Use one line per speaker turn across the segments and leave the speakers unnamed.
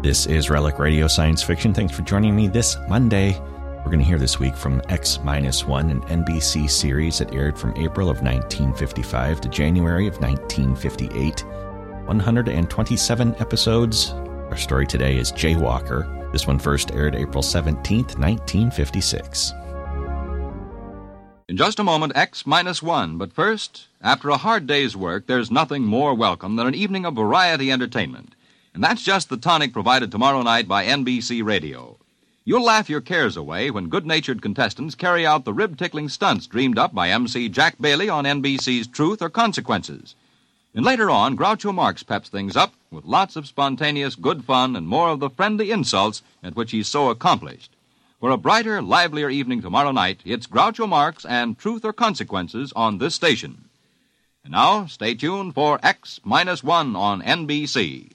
This is Relic Radio Science Fiction. Thanks for joining me this Monday. We're going to hear this week from X 1, an NBC series that aired from April of 1955 to January of 1958. 127 episodes. Our story today is Jaywalker. This one first aired April 17th, 1956.
In just a moment, X minus one. But first, after a hard day's work, there's nothing more welcome than an evening of variety entertainment. And that's just the tonic provided tomorrow night by NBC Radio. You'll laugh your cares away when good natured contestants carry out the rib tickling stunts dreamed up by MC Jack Bailey on NBC's Truth or Consequences. And later on, Groucho Marx peps things up with lots of spontaneous good fun and more of the friendly insults at which he's so accomplished. For a brighter, livelier evening tomorrow night, it's Groucho Marx and Truth or Consequences on this station. And now, stay tuned for X minus one on NBC.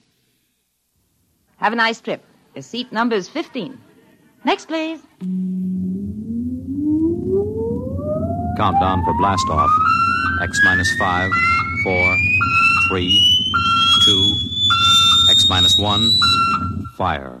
Have a nice trip. The seat number is 15. Next, please.
Countdown for blast off. X minus five, four, three, two, X minus one, fire.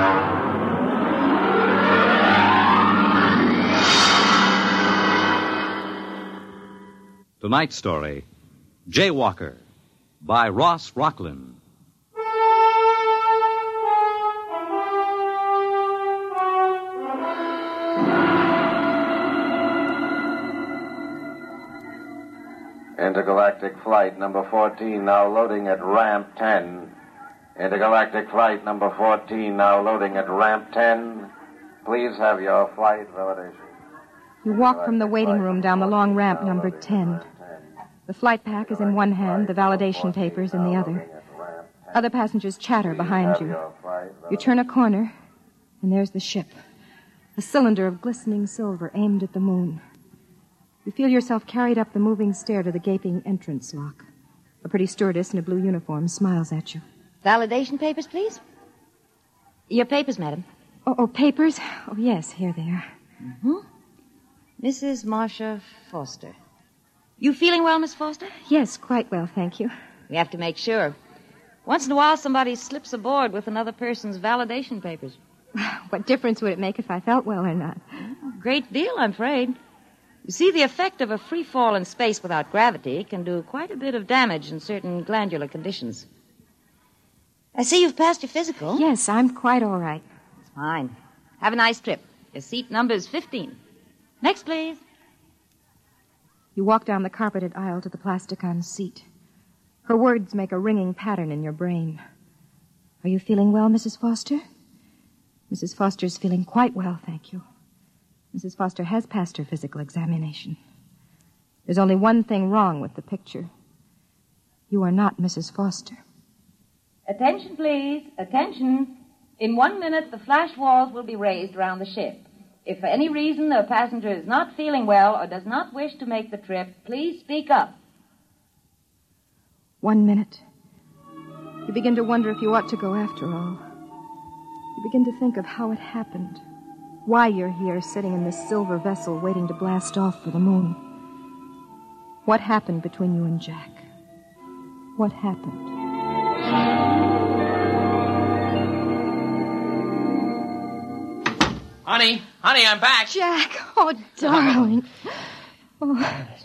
tonight's story Jaywalker by Ross Rockland.
Intergalactic flight number 14 now loading at ramp 10. Intergalactic flight number 14 now loading at ramp 10. Please have your flight validation.
You walk from the waiting room down the long ramp numbered 10. The flight pack is in one hand, the validation papers in the other. Other passengers chatter behind you. You turn a corner, and there's the ship. A cylinder of glistening silver aimed at the moon. You feel yourself carried up the moving stair to the gaping entrance lock. A pretty stewardess in a blue uniform smiles at you.
Validation papers, please. Your papers, madam.
Oh, oh papers? Oh, yes, here they are.
Mrs. Marcia Foster. You feeling well, Miss Foster?
Yes, quite well, thank you.
We have to make sure. Once in a while, somebody slips aboard with another person's validation papers.
What difference would it make if I felt well or not?
Great deal, I'm afraid. You see, the effect of a free fall in space without gravity can do quite a bit of damage in certain glandular conditions. I see you've passed your physical.
Yes, I'm quite all right.
Fine. Have a nice trip. Your seat number is 15. Next, please.
You walk down the carpeted aisle to the plasticon seat. Her words make a ringing pattern in your brain. Are you feeling well, Mrs. Foster? Mrs. Foster's feeling quite well, thank you. Mrs. Foster has passed her physical examination. There's only one thing wrong with the picture. You are not Mrs. Foster.
Attention, please. Attention. In one minute, the flash walls will be raised around the ship. If for any reason a passenger is not feeling well or does not wish to make the trip, please speak up.
One minute. You begin to wonder if you ought to go after all. You begin to think of how it happened, why you're here sitting in this silver vessel waiting to blast off for the moon. What happened between you and Jack? What happened?
Honey, honey, I'm back.
Jack, oh, darling.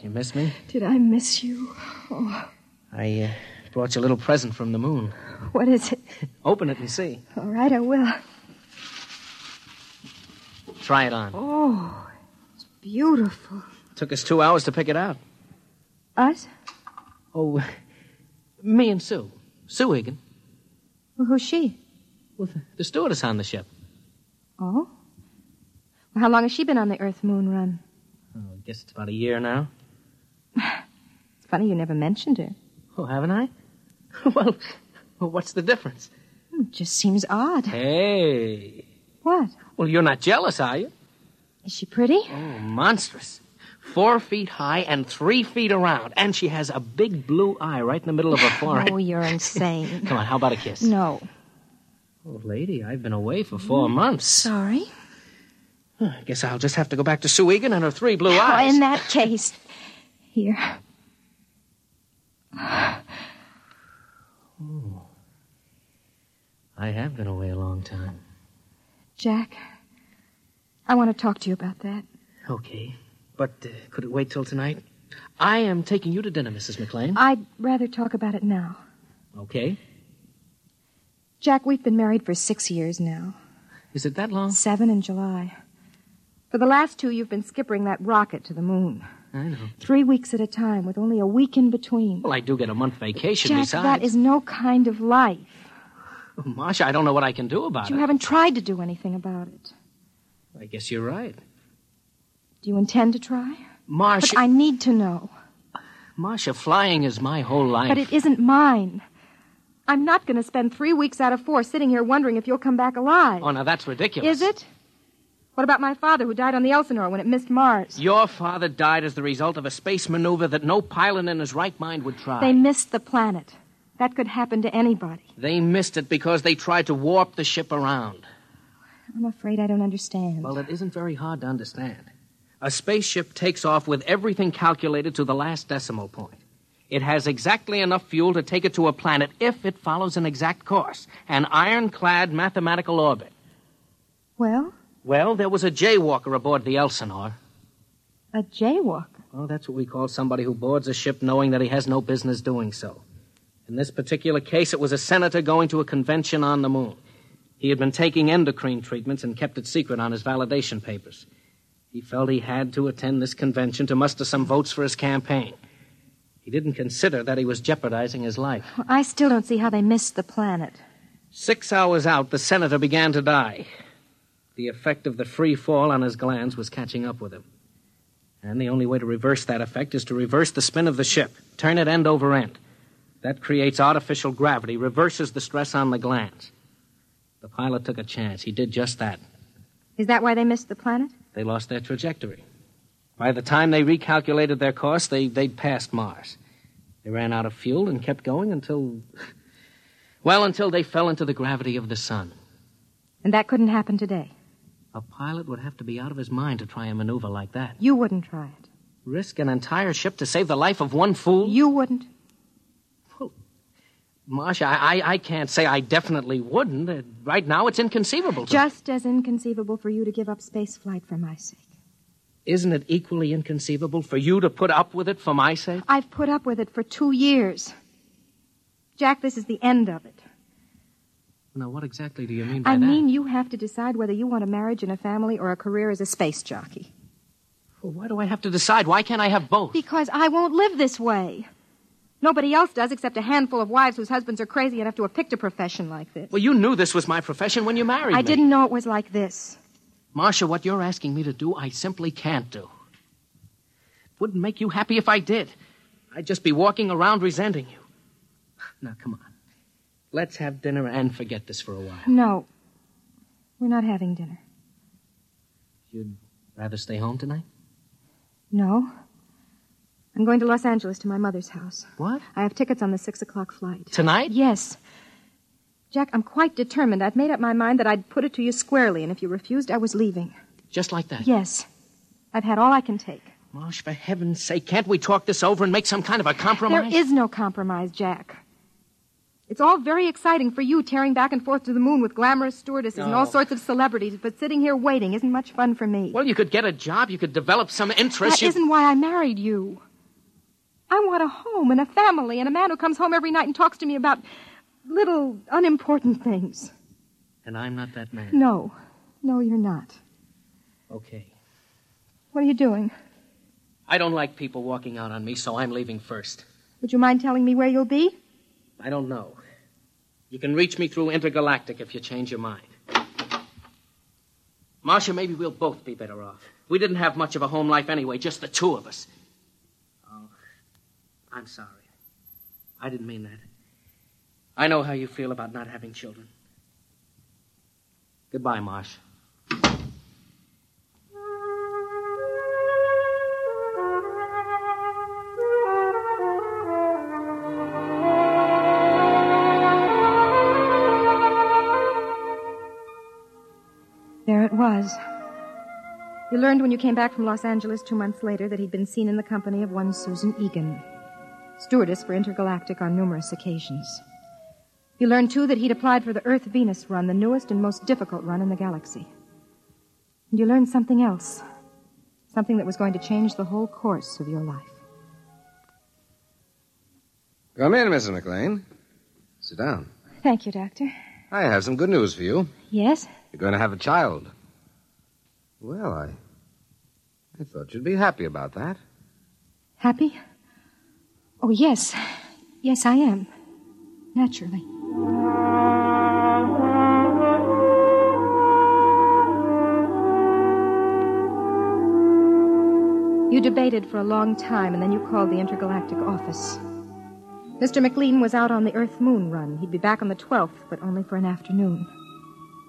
You miss me?
Did I miss you? Oh,
I uh, brought you a little present from the moon.
what is it?
Open it and see.
All right, I will.
Try it on.
Oh, it's beautiful.
Took us two hours to pick it out.
Us?
Oh, me and Sue. Sue Egan.
Well, who's she?
Well, the stewardess on the ship.
Oh? Well, how long has she been on the Earth Moon run?
Oh, I guess it's about a year now.
It's funny you never mentioned her.
Oh, haven't I? well, well, what's the difference?
It Hmm, just seems odd.
Hey.
What?
Well, you're not jealous, are you?
Is she pretty?
Oh, monstrous. Four feet high and three feet around. And she has a big blue eye right in the middle of her forehead.
Oh, you're insane.
Come on, how about a kiss?
no.
Oh, lady, I've been away for four months.
Sorry.
Huh, Mm. I guess I'll just have to go back to Sue Egan and her three blue
Oh,
eyes.
in that case, here.
I have been away a long time.
Jack, I want to talk to you about that.
Okay. But uh, could it wait till tonight? I am taking you to dinner, Mrs. McLean.
I'd rather talk about it now.
Okay.
Jack, we've been married for six years now.
Is it that long?
Seven in July. For the last two, you've been skippering that rocket to the moon.
I know.
Three weeks at a time, with only a week in between.
Well, I do get a month vacation
Jack,
besides.
that is no kind of life.
Oh, Marcia, I don't know what I can do about
You
it.
haven't tried to do anything about it.
I guess you're right.
Do you intend to try?
Marcia,
But I need to know.
Marcia, flying is my whole life.
But it isn't mine. I'm not going to spend three weeks out of four sitting here wondering if you'll come back alive.
Oh, now that's ridiculous.
Is it? What about my father who died on the Elsinore when it missed Mars?
Your father died as the result of a space maneuver that no pilot in his right mind would try.
They missed the planet. That could happen to anybody.
They missed it because they tried to warp the ship around.
I'm afraid I don't understand.
Well, it isn't very hard to understand. A spaceship takes off with everything calculated to the last decimal point. It has exactly enough fuel to take it to a planet if it follows an exact course, an ironclad mathematical orbit.
well,
Well, there was a jaywalker aboard the Elsinore.
a jaywalk.
Well, that's what we call somebody who boards a ship knowing that he has no business doing so. In this particular case, it was a senator going to a convention on the moon. He had been taking endocrine treatments and kept it secret on his validation papers. He felt he had to attend this convention to muster some votes for his campaign. He didn't consider that he was jeopardizing his life.
Well, I still don't see how they missed the planet.
Six hours out, the senator began to die. The effect of the free fall on his glands was catching up with him. And the only way to reverse that effect is to reverse the spin of the ship, turn it end over end. That creates artificial gravity, reverses the stress on the glands. The pilot took a chance. He did just that.
Is that why they missed the planet?
They lost their trajectory. By the time they recalculated their course, they, they'd passed Mars. They ran out of fuel and kept going until. Well, until they fell into the gravity of the sun.
And that couldn't happen today.
A pilot would have to be out of his mind to try a maneuver like that.
You wouldn't try it.
Risk an entire ship to save the life of one fool?
You wouldn't.
Marsh, I, I, I can't say I definitely wouldn't. Uh, Right now, it's inconceivable. To
Just as inconceivable for you to give up space flight for my sake.
Isn't it equally inconceivable for you to put up with it for my sake?
I've put up with it for two years. Jack, this is the end of it.
Now, what exactly do you mean by
I
that?
mean, you have to decide whether you want a marriage and a family or a career as a space jockey.
Well, why do I have to decide? Why can't I have both?
Because I won't live this way. Nobody else does except a handful of wives whose husbands are crazy enough to have picked a profession like this.
Well, you knew this was my profession when you married
I
me.
didn't know it was like this.
Marcia, what you're asking me to do, I simply can't do. Wouldn't make you happy if I did. I'd just be walking around resenting you. Now, come on. Let's have dinner and forget this for a while.
No. We're not having dinner.
You'd rather stay home tonight?
No. I'm going to Los Angeles to my mother's house.
What?
I have tickets on the six o'clock flight.
Tonight?
Yes. Jack, I'm quite determined. I've made up my mind that I'd put it to you squarely, and if you refused, I was leaving.
Just like that?
Yes. I've had all I can take.
Marsh, for heaven's sake, can't we talk this over and make some kind of a
There
compromise?
is no compromise, Jack. It's all very exciting for you, tearing back and forth to the moon with glamorous stewardesses and all
No.
sorts of celebrities, but sitting here waiting isn't much fun for me.
Well, you could get a job. You could develop some interest.
That
you...
not why I married you. I want a home and a family and a man who comes home every night and talks to me about little unimportant things.
And I'm not that man.
No. No, you're not.
Okay.
What are you doing?
I don't like people walking out on me, so I'm leaving first.
Would you mind telling me where you'll be?
I don't know. You can reach me through Intergalactic if you change your mind. Marcia, maybe we'll both be better off. We didn't have much of a home life anyway, just the two of us. Oh, I'm sorry. I didn't mean that. I know how you feel about not having children. Goodbye, Marsh.
There it was. You learned when you came back from Los Angeles two months later that he'd been seen in the company of one Susan Egan, stewardess for Intergalactic on numerous occasions. You learned, too, that he'd applied for the Earth Venus run, the newest and most difficult run in the galaxy. And you learned something else, something that was going to change the whole course of your life.
Come in, Mrs. McLean. Sit down.
Thank you, Doctor.
I have some good news for you.
Yes?
You're going to have a child. Well, I. I thought you'd be happy about that.
Happy? Oh, yes. Yes, I am. Naturally. You debated for a long time, and then you called the intergalactic office. Mr. McLean was out on the Earth Moon run. He'd be back on the 12th, but only for an afternoon.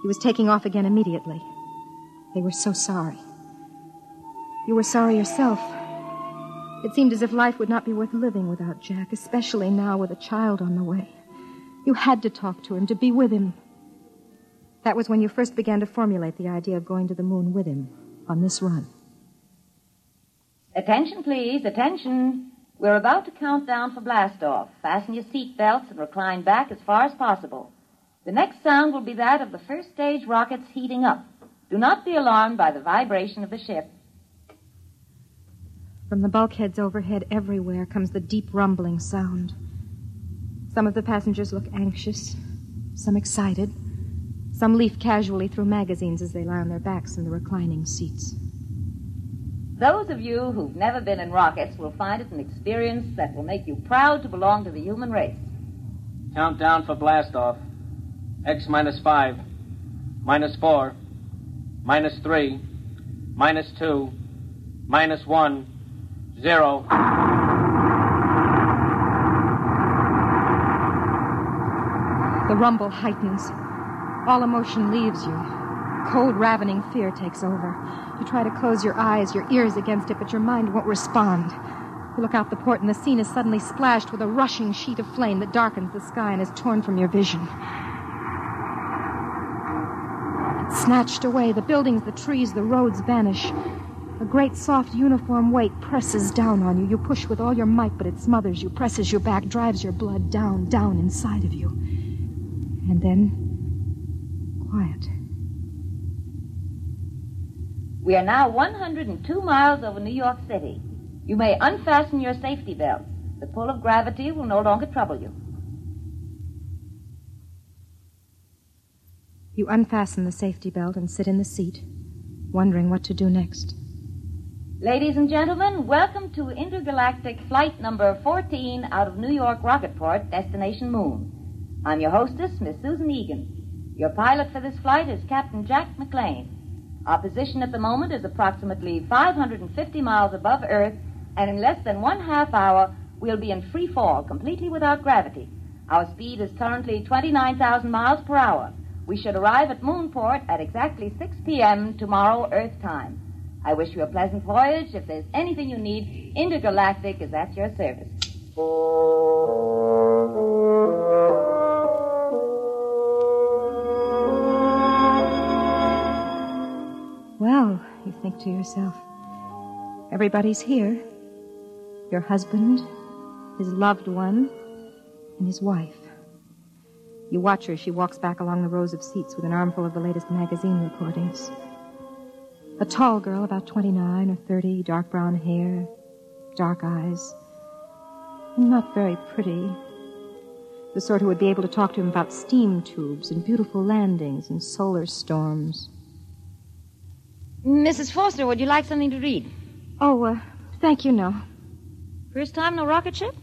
He was taking off again immediately. They were so sorry. You were sorry yourself. It seemed as if life would not be worth living without Jack, especially now with a child on the way. You had to talk to him, to be with him. That was when you first began to formulate the idea of going to the moon with him on this run.
Attention, please, attention. We're about to count down for blastoff. Fasten your seat belts and recline back as far as possible. The next sound will be that of the first stage rockets heating up. Do not be alarmed by the vibration of the ship.
From the bulkheads overhead, everywhere comes the deep rumbling sound. Some of the passengers look anxious, some excited, some leaf casually through magazines as they lie on their backs in the reclining seats.
Those of you who've never been in rockets will find it an experience that will make you proud to belong to the human race.
Countdown for blastoff. X minus five, minus four, minus three, minus two, minus one, zero.
The rumble heightens. All emotion leaves you. Cold, ravening fear takes over. You try to close your eyes, your ears against it, but your mind won't respond. You look out the port, and the scene is suddenly splashed with a rushing sheet of flame that darkens the sky and is torn from your vision. Snatched away, the buildings, the trees, the roads vanish. A great soft uniform weight presses down on you. You push with all your might, but it smothers you, presses you back, drives your blood down, down inside of you. And then, quiet.
We are now 102 miles over New York City. You may unfasten your safety belt. The pull of gravity will no longer trouble you.
You unfasten the safety belt and sit in the seat, wondering what to do next.
Ladies and gentlemen, welcome to intergalactic flight number 14 out of New York Rocketport, destination Moon. I'm your hostess, Miss Susan Egan. Your pilot for this flight is Captain Jack McLean. Our position at the moment is approximately 550 miles above Earth, and in less than one half hour, we'll be in free fall, completely without gravity. Our speed is currently 29,000 miles per hour. We should arrive at Moonport at exactly 6 p.m. tomorrow, Earth time. I wish you a pleasant voyage. If there's anything you need, Intergalactic is at your service.
Well, you think to yourself, everybody's here your husband, his loved one, and his wife. You watch her as she walks back along the rows of seats with an armful of the latest magazine recordings. A tall girl, about 29 or 30, dark brown hair, dark eyes. Not very pretty. The sort who would be able to talk to him about steam tubes and beautiful landings and solar storms.
Mrs. Forster, would you like something to read?
Oh, uh, Thank you, no.
First time in a rocket ship?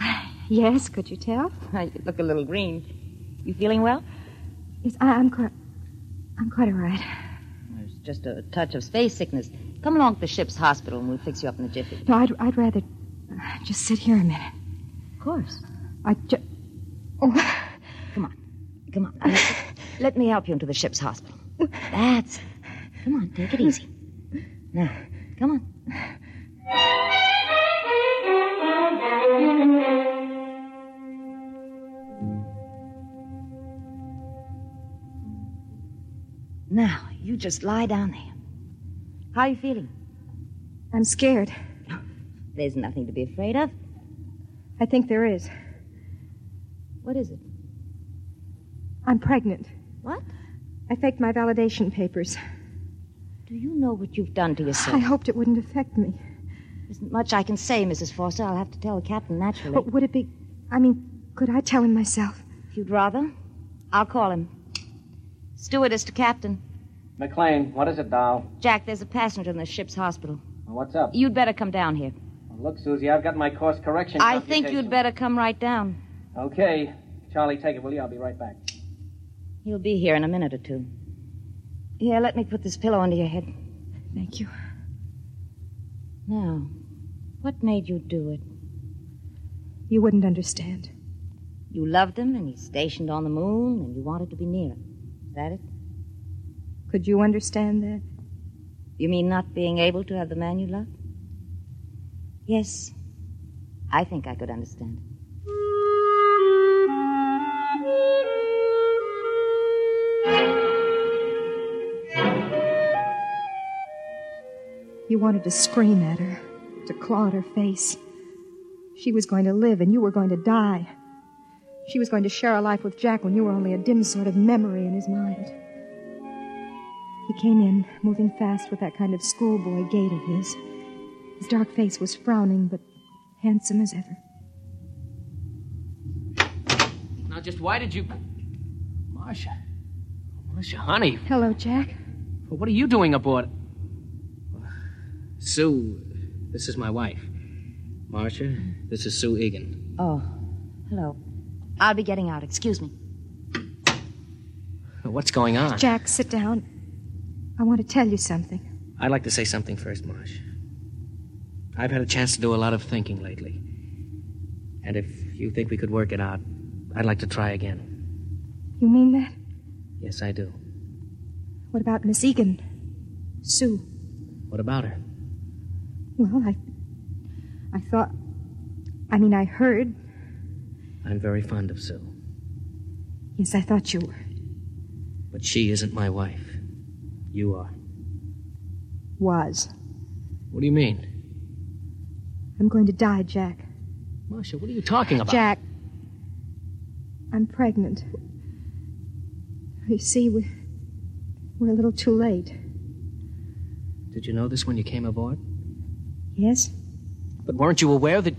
Yes, could you tell?
you look a little green. You feeling well?
Yes, I, I'm quite. I'm quite all right.
There's just a touch of space sickness. Come along to the ship's hospital and we'll fix you up in a jiffy.
No, I'd, I'd rather uh, just sit here a minute.
Of course.
I just. Oh.
Come on. Come on. Let, let me help you into the ship's hospital. That's. it. Come on, take it easy. Now, come on. Now, you just lie down there. How are you feeling?
I'm scared.
There's nothing to be afraid of.
I think there is.
What is it?
I'm pregnant.
What?
I faked my validation papers.
Do you know what you've done to yourself?
I hoped it wouldn't affect me.
There isn't much I can say, Mrs. Foster. I'll have to tell the captain naturally.
But would it be. I mean, could I tell him myself?
If you'd rather, I'll call him. Stewardess to captain.
McLean, what is it now?
Jack, there's a passenger in the ship's hospital.
Well, what's up?
You'd better come down here.
Well, look, Susie, I've got my course correction.
I think you'd better come right down.
Okay. Charlie, take it, will you? I'll be right back.
He'll be here in a minute or two. Here, let me put this pillow under your head.
Thank you.
Now, what made you do it?
You wouldn't understand.
You loved him, and he's stationed on the moon, and you wanted to be near him. Is that it?
Could you understand that?
You mean not being able to have the man you love? Yes, I think I could understand.
You wanted to scream at her, to claw at her face. She was going to live, and you were going to die. She was going to share a life with Jack when you were only a dim sort of memory in his mind. He came in, moving fast with that kind of schoolboy gait of his. His dark face was frowning, but handsome as ever.
Now, just why did you. Marcia. Marcia, honey.
Hello, Jack.
Well, what are you doing aboard? Sue, this is my wife. Marcia, this is Sue Egan.
Oh, hello. I'll be getting out. Excuse me.
What's going on?
Jack, sit down. I want to tell you something.
I'd like to say something first, Marsh. I've had a chance to do a lot of thinking lately. And if you think we could work it out, I'd like to try again.
You mean that?
Yes, I do.
What about Miss Egan? Sue.
What about her?
Well, I. I thought. I mean, I heard.
I'm very fond of Sue.
Yes, I thought you were.
But she isn't my wife. You are.
Was.
What do you mean?
I'm going to die, Jack.
Marcia, what are you talking about?
Jack. I'm pregnant. You see, we, we're a little too late.
Did you know this when you came aboard?
Yes.
But weren't you aware that.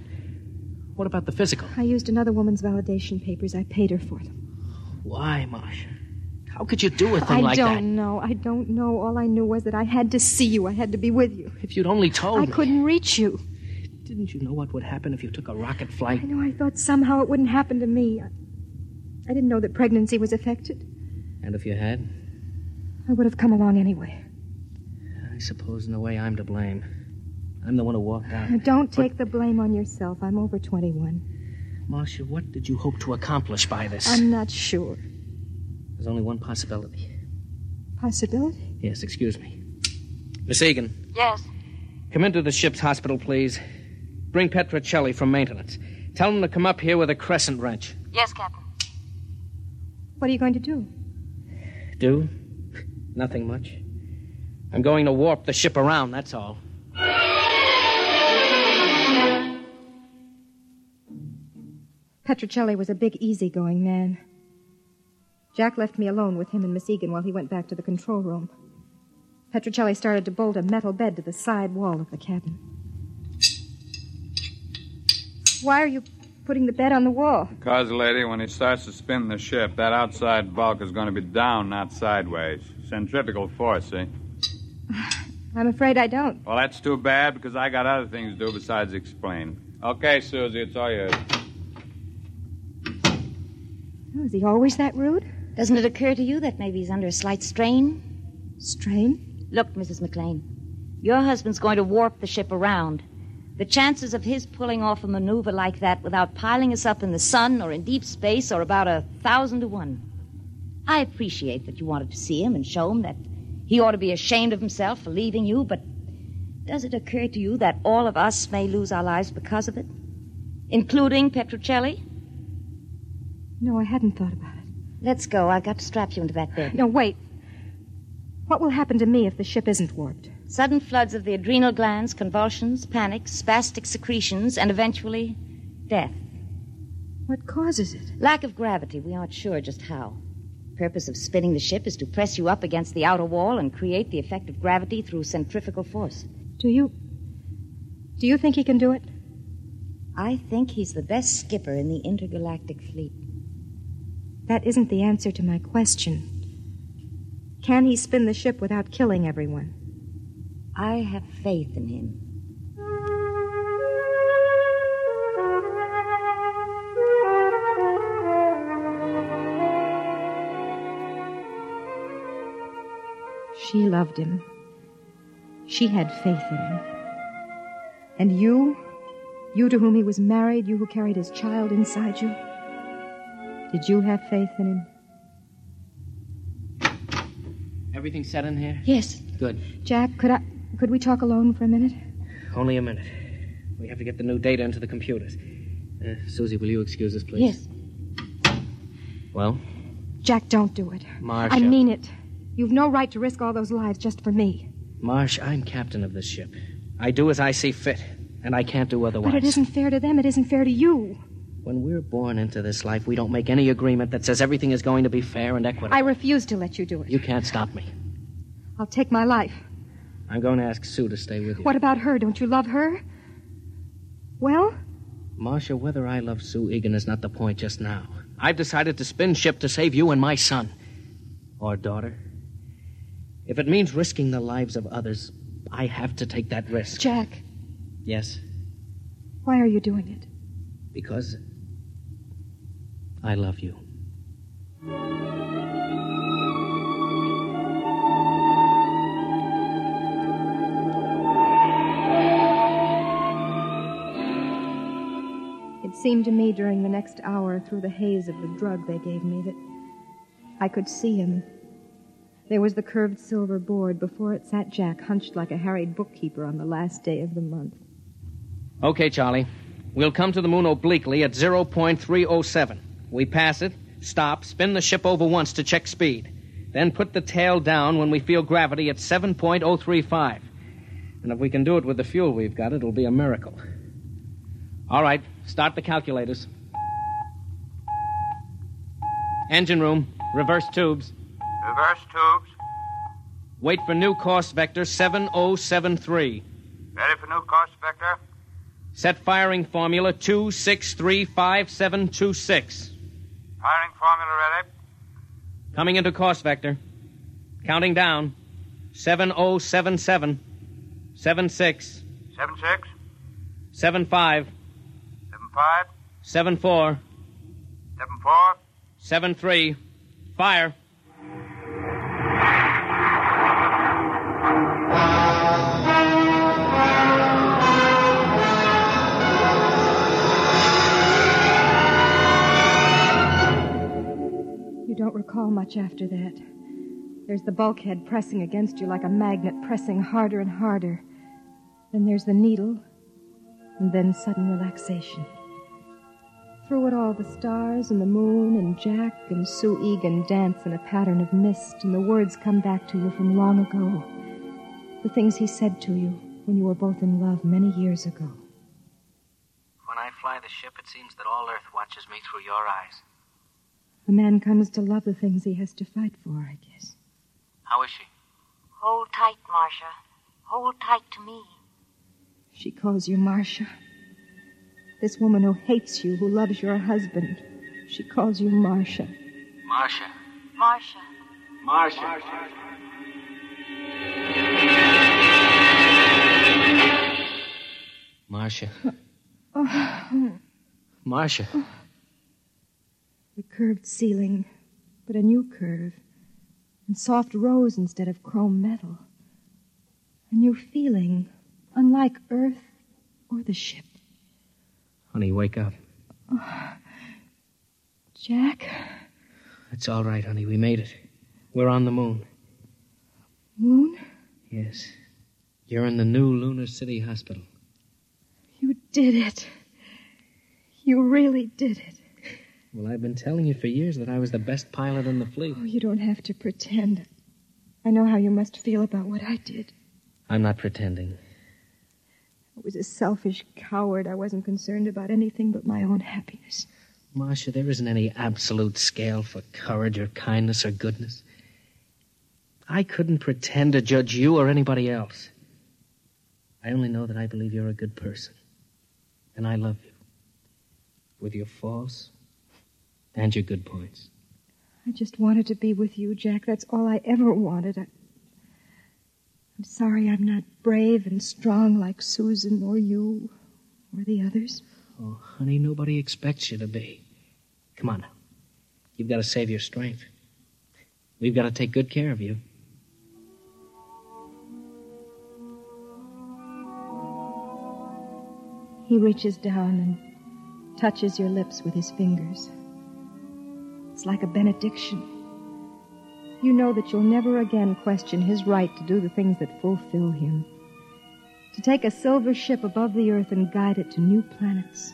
What about the physical?
I used another woman's validation papers. I paid her for them.
Why, Marcia? How could you do a thing
I
like
that?
I
don't know. I don't know. All I knew was that I had to see you. I had to be with you.
If you'd only told
I
me.
couldn't reach you.
Didn't you know what would happen if you took a rocket flight?
I know. I thought somehow it wouldn't happen to me. I, I didn't know that pregnancy was affected.
And if you had?
I would have come along anyway.
I suppose in a way I'm to blame. I'm the one who walked out.
Now don't take but... the blame on yourself. I'm over 21.
Marcia, what did you hope to accomplish by this?
I'm not sure.
There's only one possibility.
Possibility?
Yes, excuse me. Miss Egan.
Yes.
Come into the ship's hospital, please. Bring Petricelli from maintenance. Tell him to come up here with a crescent wrench.
Yes, Captain.
What are you going to do?
Do? Nothing much. I'm going to warp the ship around, that's all.
Petricelli was a big, easygoing man. Jack left me alone with him and Miss Egan while he went back to the control room. Petricelli started to bolt a metal bed to the side wall of the cabin. Why are you putting the bed on the wall?
Because, lady, when he starts to spin the ship, that outside bulk is going to be down, not sideways. Centrifugal force, see?
I'm afraid I don't.
Well, that's too bad because I got other things to do besides explain. Okay, Susie, it's all yours.
Oh, is he always that rude?
Doesn't it occur to you that maybe he's under a slight strain?
Strain?
Look, Mrs. McLean, your husband's going to warp the ship around. The chances of his pulling off a maneuver like that without piling us up in the sun or in deep space are about a thousand to one. I appreciate that you wanted to see him and show him that he ought to be ashamed of himself for leaving you, but does it occur to you that all of us may lose our lives because of it? Including Petruccelli?
No, I hadn't thought about it.
Let's go. I've got to strap you into that bed.
No, wait. What will happen to me if the ship isn't warped?
Sudden floods of the adrenal glands, convulsions, panic, spastic secretions, and eventually death.
What causes it?
Lack of gravity. We aren't sure just how. The purpose of spinning the ship is to press you up against the outer wall and create the effect of gravity through centrifugal force.
Do you. Do you think he can do it?
I think he's the best skipper in the intergalactic fleet.
That isn't the answer to my question. Can he spin the ship without killing everyone?
I have faith in him.
She loved him. She had faith in him. And you? You to whom he was married, you who carried his child inside you? Did you have faith in him?
Everything set in here?
Yes.
Good.
Jack, could I could we talk alone for a minute?
Only a minute. We have to get the new data into the computers. Uh, Susie, will you excuse us, please?
Yes.
Well,
Jack, don't do it.
Marcia.
I mean it. You've no right to risk all those lives just for me.
Marsh, I'm captain of this ship. I do as I see fit, and I can't do otherwise.
But it isn't fair to them. It isn't fair to you.
When we're born into this life, we don't make any agreement that says everything is going to be fair and equitable.
I refuse to let you do it.
You can't stop me.
I'll take my life.
I'm going to ask Sue to stay with you.
What about her? Don't you love her? Well?
Marcia, whether I love Sue Egan is not the point just now. I've decided to spin ship to save you and my son. Or daughter. If it means risking the lives of others, I have to take that risk.
Jack.
Yes?
Why are you doing it?
Because I love you.
It seemed to me during the next hour, through the haze of the drug they gave me, that I could see him. There was the curved silver board. Before it sat Jack, hunched like a harried bookkeeper on the last day of the month.
Okay, Charlie. We'll come to the moon obliquely at 0.307. We pass it, stop, spin the ship over once to check speed. Then put the tail down when we feel gravity at 7.035. And if we can do it with the fuel we've got, it'll be a miracle. All right, start the calculators. Engine room, reverse tubes.
Reverse tubes.
Wait for new course vector 7073.
Ready for new course vector?
Set firing formula 2635726.
Firing formula ready.
Coming into course vector. Counting down 7077. 76.
76,
75.
75,
74.
74.
73. Fire.
You don't recall much after that. There's the bulkhead pressing against you like a magnet, pressing harder and harder. Then there's the needle, and then sudden relaxation. Through it all, the stars and the moon and Jack and Sue Egan dance in a pattern of mist, and the words come back to you from long ago. The things he said to you when you were both in love many years ago.
When I fly the ship, it seems that all Earth watches me through your eyes.
A man comes to love the things he has to fight for, I guess.
How is she?
Hold tight, Marcia. Hold tight to me.
She calls you Marcia. This woman who hates you, who loves your husband, she calls you Marcia.
Marcia.
Marcia.
Marcia. Marcia. Marcia.
Oh,
Marcia.
the curved ceiling, but a new curve, and soft rose instead of chrome metal. A new feeling, unlike Earth or the ship.
Honey, wake up.
Oh, Jack,
It's all right, honey. We made it. We're on the moon.
Moon,
Yes. You're in the new Lunar City Hospital.
you did it. You really did it.
Well, I've been telling you for years that I was the best pilot in the fleet.
Oh, you don't have to pretend. I know how you must feel about what I did.
I'm not pretending.
I was a selfish coward. I wasn't concerned about anything but my own happiness.
Marcia, there isn't any absolute scale for courage or kindness or goodness. I couldn't pretend to judge you or anybody else. I only know that I believe you're a good person. And I love you. With your faults and your good points.
I just wanted to be with you, Jack. That's all I ever wanted. I... I'm sorry I'm not brave and strong like Susan or you or the others.
Oh, honey, nobody expects you to be. Come on now. You've got to save your strength. We've got to take good care of you.
He reaches down and touches your lips with his fingers. It's like a benediction. You know that you'll never again question his right to do the things that fulfill him. To take a silver ship above the earth and guide it to new planets.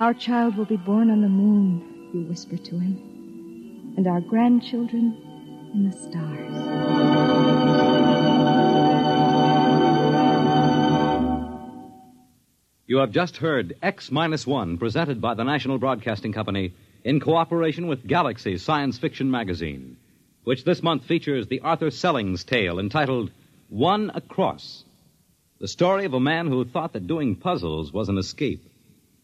Our child will be born on the moon, you whisper to him, and our grandchildren in the stars.
You have just heard X Minus One, presented by the National Broadcasting Company in cooperation with Galaxy Science Fiction Magazine, which this month features the Arthur Sellings tale entitled One Across. The story of a man who thought that doing puzzles was an escape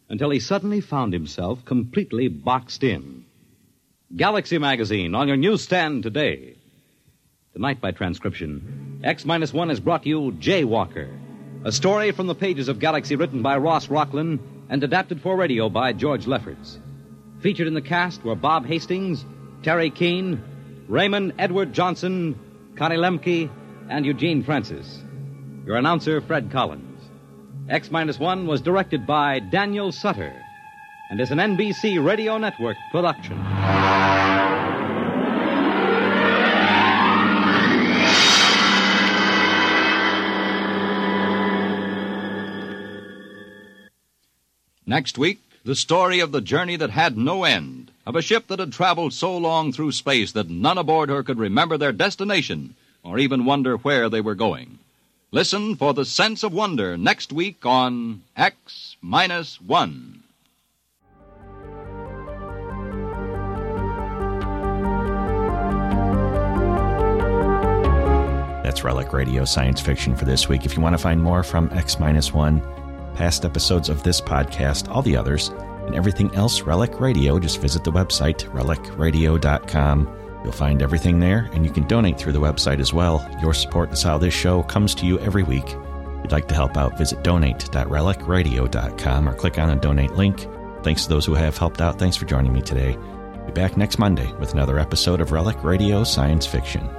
until he suddenly found himself completely boxed in. Galaxy Magazine on your newsstand today. Tonight, by transcription, X Minus One has brought you Jay Walker. A story from the pages of Galaxy written by Ross Rocklin and adapted for radio by George Lefferts. Featured in the cast were Bob Hastings, Terry Keane, Raymond Edward Johnson, Connie Lemke, and Eugene Francis. Your announcer, Fred Collins. X Minus One was directed by Daniel Sutter and is an NBC Radio Network production.
Next week, the story of the journey that had no end, of a ship that had traveled so long through space that none aboard her could remember their destination or even wonder where they were going. Listen for the sense of wonder next week on X Minus One.
That's Relic Radio Science Fiction for this week. If you want to find more from X Minus One, past episodes of this podcast, all the others, and everything else Relic Radio, just visit the website, relicradio.com. You'll find everything there, and you can donate through the website as well. Your support is how this show comes to you every week. If you'd like to help out, visit donate.relicradio.com or click on the donate link. Thanks to those who have helped out. Thanks for joining me today. Be back next Monday with another episode of Relic Radio Science Fiction.